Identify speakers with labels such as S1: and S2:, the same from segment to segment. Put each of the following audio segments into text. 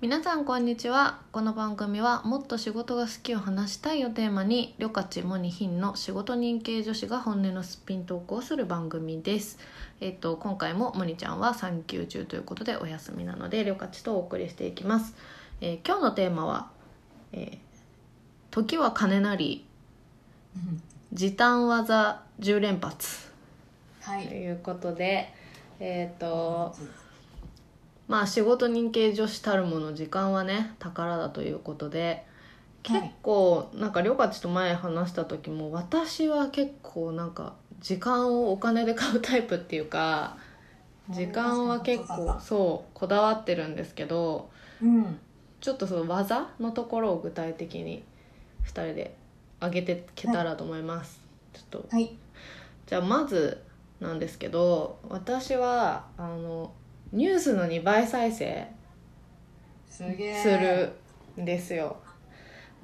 S1: 皆さんこんにちはこの番組は「もっと仕事が好きを話したい」をテーマにりょかちもにひんの仕事人系女子が本音のすっぴん投稿する番組ですえっと今回ももにちゃんは産休中ということでお休みなのでりょかちとお送りしていきます、えー今日のテーマは、えー時は金なり時短技10連発」
S2: は
S1: と
S2: い。
S1: いうことでえっ、とまあ仕事人系女子たるもの時間はね宝だということで
S2: はい
S1: 結構なんかりょかちと前話した時も私は結構なんか時間をお金で買うタイプっていうか時間は結構そうこだわってるんですけど
S2: うん。
S1: ちょっとその技のところを具体的に2人で上げてけたらと思います。ちょっと
S2: はい。
S1: じゃあまずなんですけど私はあのニュースの2倍再生
S2: すげえ。
S1: するんですよ、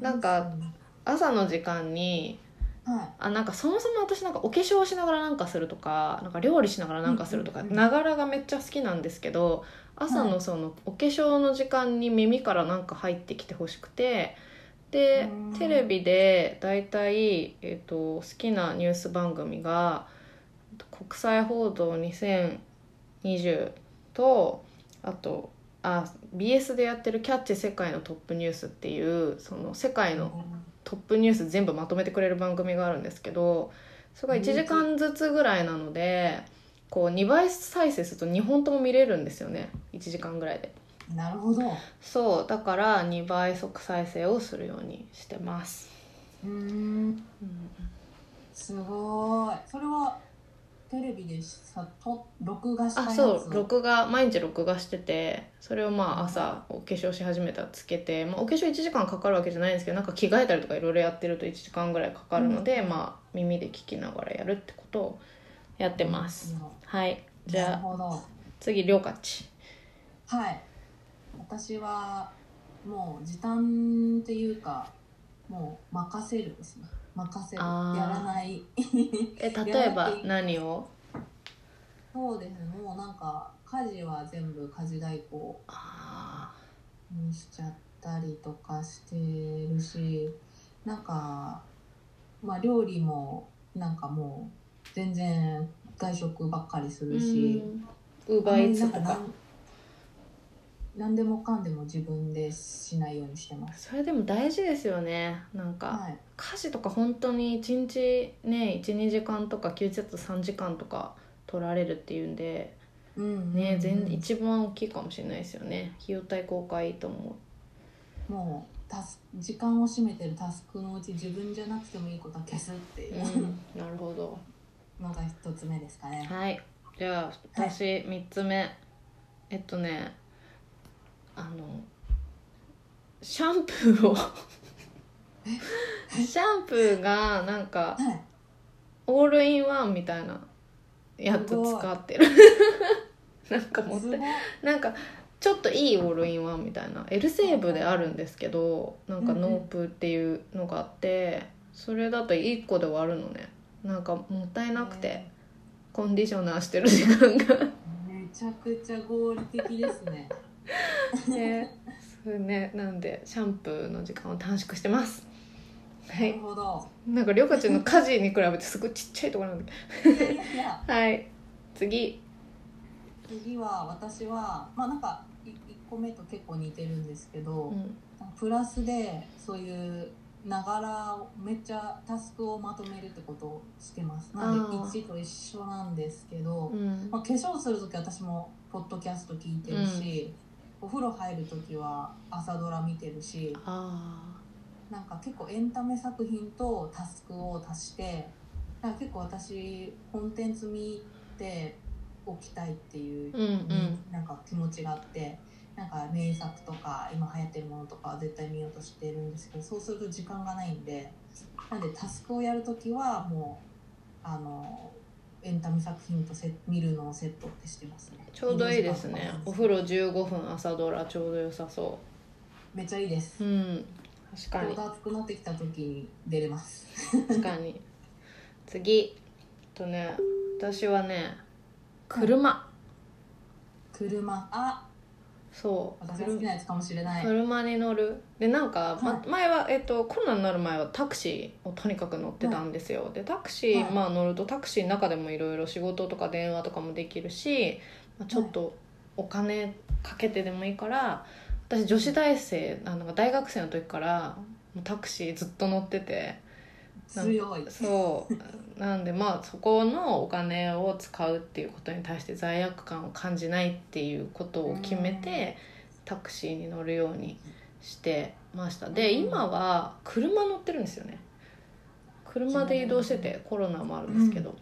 S1: なんか朝の時間に
S2: は
S1: あなんかそもそも私なんかお化粧しながらなんかするとかなんか料理しながらなんかするとか
S2: うんうんうん
S1: ながらがめっちゃ好きなんですけど朝
S2: は
S1: のそのお化粧の時間に耳からなんか入ってきてほしくて
S2: う
S1: で
S2: ん
S1: テレビで大体、えっと好きなニュース番組が「国際報道2020」とあとあ BS でやってる「キャッチ世界のトップニュース」っていうその世界
S2: い。
S1: のトップニュース全部まとめてくれる番組があるんですけどそれが1時間ずつぐらいなのでこう2倍再生すると2本とも見れるんですよね1時間ぐらいで
S2: なるほど。
S1: そうだから2倍速再生をするようにしてます、
S2: うーん。
S1: うん
S2: すごい。それはテレビでさと録画した
S1: あ
S2: やつ。
S1: そう録画毎日録画しててそれをまあ朝お化粧し始めたらつけて、まあ、お化粧1時間かかるわけじゃないんですけどなんか着替えたりとかいろいろやってると1時間ぐらいかかるので、まあ耳で聞きながらやるってことをやってます、
S2: なるほ
S1: はい
S2: ど。
S1: じ
S2: な
S1: ゃ
S2: る
S1: あ
S2: ほど。
S1: 次りょうかち
S2: はい。私はもう時短っていうか、もう任せるですね。任せる。や
S1: あー
S2: らない。
S1: え例えば
S2: いや
S1: 何を
S2: そうですね。もうなんか家事は全部家事代行。
S1: あー
S2: にしちゃったりとかしてるしなんか、まあ、料理もなんかもう全然外食ばっかりするし、
S1: ウーバ
S2: あんま
S1: ーイ
S2: り
S1: ーツ
S2: なんか
S1: と
S2: な
S1: か
S2: ん何でもかんでも自分でしないようにしてます。
S1: それでも大事ですよねなんか、
S2: はい、
S1: 家事とか本当に1日ね12時間とか休日だと3時間とか取られるっていうんで
S2: うんうんうん
S1: ね、全一番大きいかもしれないですよね費用対効果いいと思、
S2: もうタス時間を占めてるタスクのうち自分じゃなくてもいいことは消すっていうう
S1: う
S2: うん
S1: ん、なるほど
S2: のが一つ目ですかね。
S1: はいじゃあ私3つ目えっとねあのシャンプーをシャンプーがなんか
S2: はい、
S1: オールインワンみたいなやつ
S2: すごい
S1: 使ってるなんかもっ
S2: す
S1: た
S2: ごい
S1: なんかちょっといいオールインワンみたいな L セーブであるんですけどなんか
S2: うんう
S1: ノ
S2: ん
S1: ープっていうのがあってそれだと1個で終わるのねなんかもったいなくてコンディショナーしてる時間が
S2: めちゃくちゃ合理的ですね。
S1: ねそうねなんでシャンプーの時間を短縮してますは
S2: なる
S1: い
S2: ほど。
S1: なんかりょうかちゃんの家事に比べてすごいちっちゃいところなんだ
S2: いやいやいや
S1: けどはい次
S2: 次は私はまあなんかい一個目と結構似てるんですけど、
S1: うん
S2: プラスでそういうながらをめっちゃタスクをまとめるってことをしてます。な
S1: あー
S2: ので一と一緒なんですけど、
S1: うん
S2: まあ、化粧する時私もポッドキャスト聞いてるし、お風呂入る時は朝ドラ見てるし、
S1: あ
S2: なんか結構エンタメ作品とタスクを足してなんか結構私コンテンツ見ておきたいっていう、
S1: うんうん
S2: なんか気持ちがあってなんか名作とか今流行ってるものとか絶対見ようとしてるんですけどそうすると時間がないんでなんでタスクをやるときはもうあのエンタメ作品とせ見るのをセットってしてますね
S1: ちょうどいいですねお風
S2: 呂
S1: 呂15分朝ドラちょうど良さそ
S2: めっちゃいいです
S1: ううん確か
S2: ちょ
S1: に
S2: うど暑くなってきた時に出れます
S1: 確かに次えっとね私はね車
S2: 車あ
S1: そう
S2: 私が好きなやつかもしれない。
S1: 車に乗るでなんか、ま
S2: は
S1: 前は、えっと、コロナになる前はタクシーをとにかく乗ってたんですよ、でタクシー、
S2: はい
S1: まあ、乗るとタクシーの中でもいろいろ仕事とか電話とかもできるし、まあ、ちょっとお金かけてでもいいから私女子大生あの大学生の時からもうタクシーずっと乗ってて
S2: 強い。
S1: そうなんでまあそこのお金を使うっていうことに対して罪悪感を感じないっていうことを決めてタクシーに乗るようにしてましたで
S2: うん
S1: 今は車乗ってるんですよね車で移動しててコロナもあるんですけど、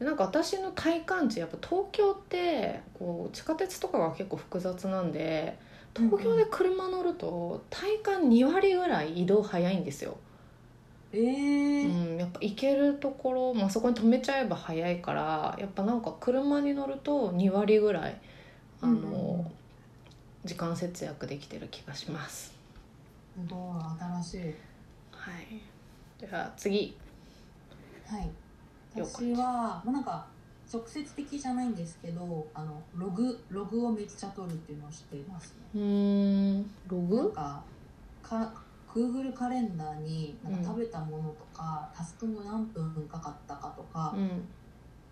S1: でなんか私の体感値やっぱ東京ってこう地下鉄とかが結構複雑なんで東京で車乗ると体感2割ぐらい移動早いんですよ
S2: ええー
S1: うん、やっぱ行けるところ、まあ、そこに止めちゃえば早いからやっぱなんか車に乗ると2割ぐらいあの、
S2: うんうん
S1: 時間節約できてる気がします。
S2: すごい新しい。
S1: はい、では次
S2: はい。
S1: よかった
S2: 私は、まあ、なんか直接的じゃないんですけど、あのログログをめっちゃ取るっていうのを知っていますね。
S1: うーんロ
S2: なん
S1: グ
S2: かか Google カレンダーになん
S1: うん
S2: か食べたものとか、タスクも何分かかったかとか、
S1: うん、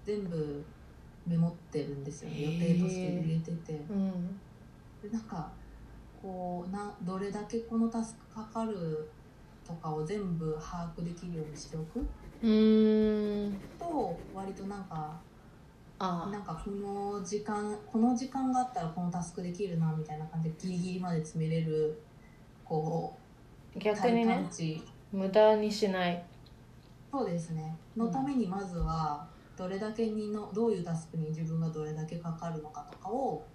S2: 全部メモってるんですよね
S1: へ
S2: 予
S1: ー
S2: 定として入れてて
S1: うん、
S2: でなんかこうなどれだけこのタスクかかるとかを全部把握できるようにしておく
S1: うーん
S2: と割となんか
S1: あ
S2: なんかこの時間この時間があったらこのタスクできるなみたいな感じでギリギリまで詰めれるこう
S1: 逆に
S2: 体
S1: ね
S2: 感値
S1: 無駄にしない
S2: そうですね。
S1: うん
S2: のためにまずはどれだけにのどういうタスクに自分がどれだけかかるのかとかを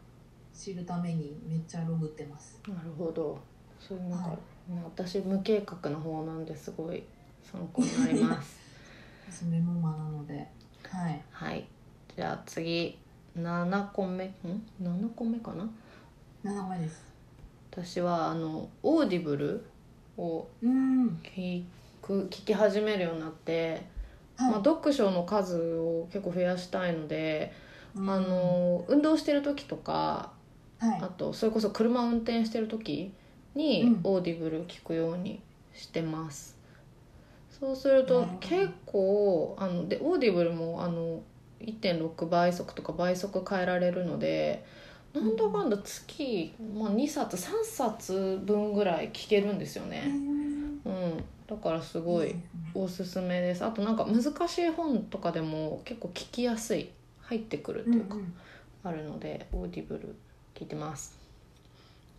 S2: 知るためにめっちゃログってます。
S1: なるほどそういうなんか、
S2: はい
S1: 私無計画の方なんですごい参考になります。
S2: 私メモマなので、はい。
S1: はい。じゃあ次7個目ん ?7 個目かな
S2: 七個目です。
S1: 私はあのオーディブルを
S2: うん。
S1: 聞く聞き始めるようになって、
S2: はい。
S1: まあ、読書の数を結構増やしたいので、
S2: うん
S1: あ、の運動してる時とか
S2: はい
S1: あ。とそれこそ車運転してる時に
S2: うん
S1: オーディブル聞くようにしてます、そうすると
S2: なるほど
S1: 結構あのでオーディブルもあの1.6倍速とか倍速変えられるのでなんだかんだ月、まあ、2冊3冊分ぐらい聞けるんですよ
S2: へ
S1: ね、
S2: ー
S1: うん、だからすごい。おすすめですあとなんか難しい本とかでも結構聞きやすい入ってくると
S2: うんう
S1: いうか、
S2: ん。
S1: あるのでオーディブル聞いてます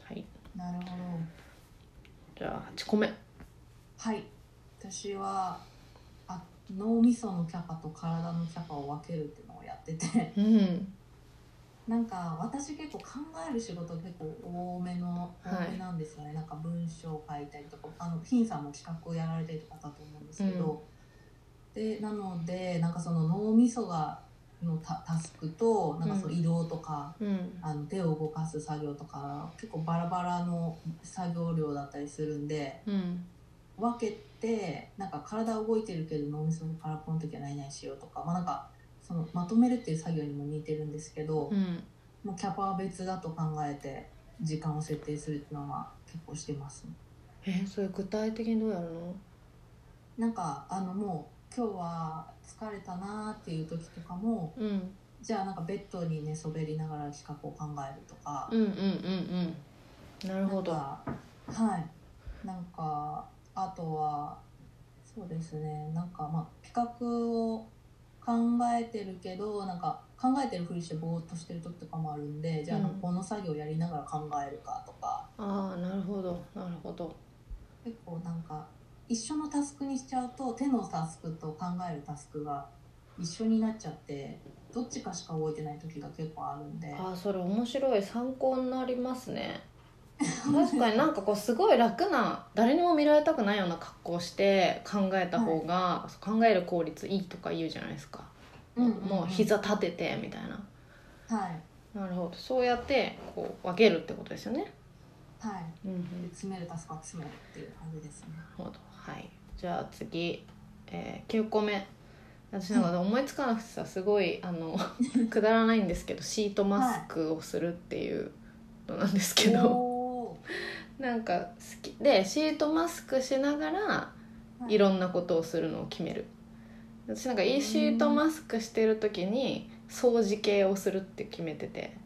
S1: はい
S2: なるほど。
S1: じゃあ8個目
S2: はい。私はあ脳みそのキャパと体のキャパを分けるっていうのをやってて。
S1: うん
S2: なんか私結構考える仕事結構多めの
S1: はい
S2: 多めなんですよね、なんか文章を書いたりとかあの金さんも企画をやられたりとかだと思うんですけど、でなのでなんかその脳みそがのタタスクとなんかその移動とか、
S1: うん
S2: あの手を動かす作業とか結構バラバラの作業量だったりするんで
S1: うん
S2: 分けてなんか体は動いてるけど脳みその空っぽの時は何々しようとか,、まあ、なんかそのまとめるっていう作業にも似てるんですけど。
S1: うん
S2: もうキャパは別だと考えて時間を設定するっていうのは結構してます、ね、
S1: えそれ具体的にどうやるの
S2: なんかあのもう今日は疲れたなーっていう時とかも
S1: うん
S2: じゃあなんかベッドに寝そべりながら企画を考えるとか、
S1: うんうんうんうんなるほど
S2: なんかはいなんかあとはそうですねなんかまあ企画を考えてるけどなんか考えてるふりしてぼーっとしてる時とかもあるんでじゃあなんか
S1: うん
S2: この作業やりながら考えるかとか、
S1: ああなるほどなるほど
S2: 結構なんか一緒のタスクにしちゃうと手のタスクと考えるタスクが一緒になっちゃってどっちかしか動いてない時が結構あるんで
S1: ああそれ面白い参考になります ね確かになんかこうすごい楽な誰にも見られたくないような格好をして考えた方が、考える効率いいとか言うじゃないですか、
S2: うんうんうん
S1: もう膝立ててみたいな
S2: はい
S1: なるほどそうやってこう分けるってことですよね、
S2: はい
S1: うんうん、
S2: で詰めるタスクは詰めるっていう感じですね
S1: なるほどはいじゃあ次、えー9個目私なんか思いつかなくて さすごいあのくだらないんですけどシートマスクをするっていうことなんですけど
S2: お
S1: なんか好きでシートマスクしながら
S2: ーはい
S1: ろんなことをするのを決める私なんかいいシートマスクしてる時に掃除系をするって決めてて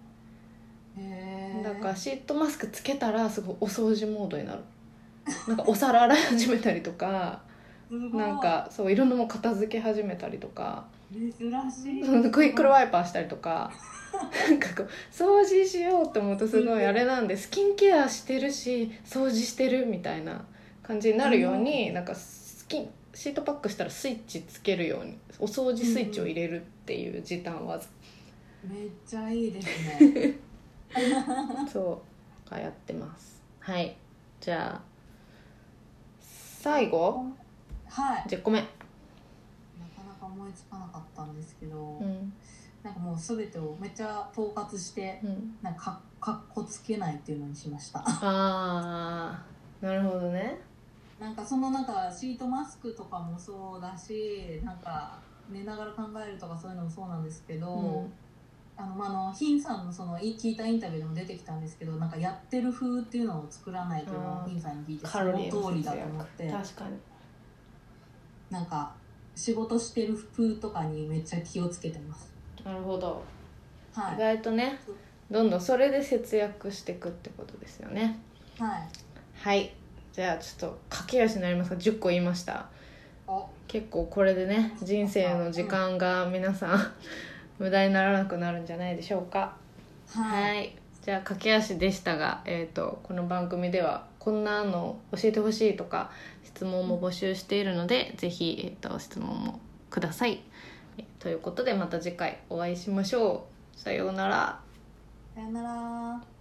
S2: へー
S1: なんかシートマスクつけたらすごいお掃除モードになるなんかお皿洗い始めたりとか
S2: すごい
S1: なんかそういろんなもの片付け始めたりとか
S2: 珍しい
S1: うんクイックルワイパーしたりとかなんかこう掃除しようって思うとすごいあれなんでスキンケアしてるし掃除してるみたいな感じになるようになんかスキンシートパックしたらスイッチつけるようにお掃除スイッチを入れるっていう時短技、
S2: めっちゃいいですね
S1: そうがやってますはいじゃあ最後
S2: はい
S1: 10個目、
S2: なかなか思いつかなかったんですけど、
S1: うん
S2: なんかもう全てをめっちゃ統括して
S1: うん、
S2: なんかかかっこつけないっていうのにしました
S1: ああなるほどね
S2: なんかそのなんかシートマスクとかもそうだしなんか寝ながら考えるとかそういうのもそうなんですけど、
S1: うん
S2: あのまああのヒンさんのそのい聞いたインタビューでも出てきたんですけどなんかやってる風っていうのを作らないというの
S1: あ
S2: を
S1: ー
S2: ヒンさんに聞いてそ
S1: カロリー
S2: の
S1: の
S2: 通り
S1: 節
S2: だと思って
S1: 約確かに
S2: なんか仕事してる風とかにめっちゃ気をつけてます。
S1: なるほど、
S2: は
S1: 意
S2: い、
S1: 外とねどんどんそれで節約していくってことですよね
S2: はい、
S1: はいじゃあちょっと駆け足になりますが10個言いました
S2: お
S1: 結構これでね人生の時間が皆さん無駄にならなくなるんじゃないでしょうか
S2: はい、
S1: はい、じゃあ駆け足でしたが、えー、とこの番組ではこんなの教えてほしいとか質問も募集しているので、ぜひ、えー、と質問もください。えーということでまた次回お会いしましょう。さようなら。
S2: さよなら。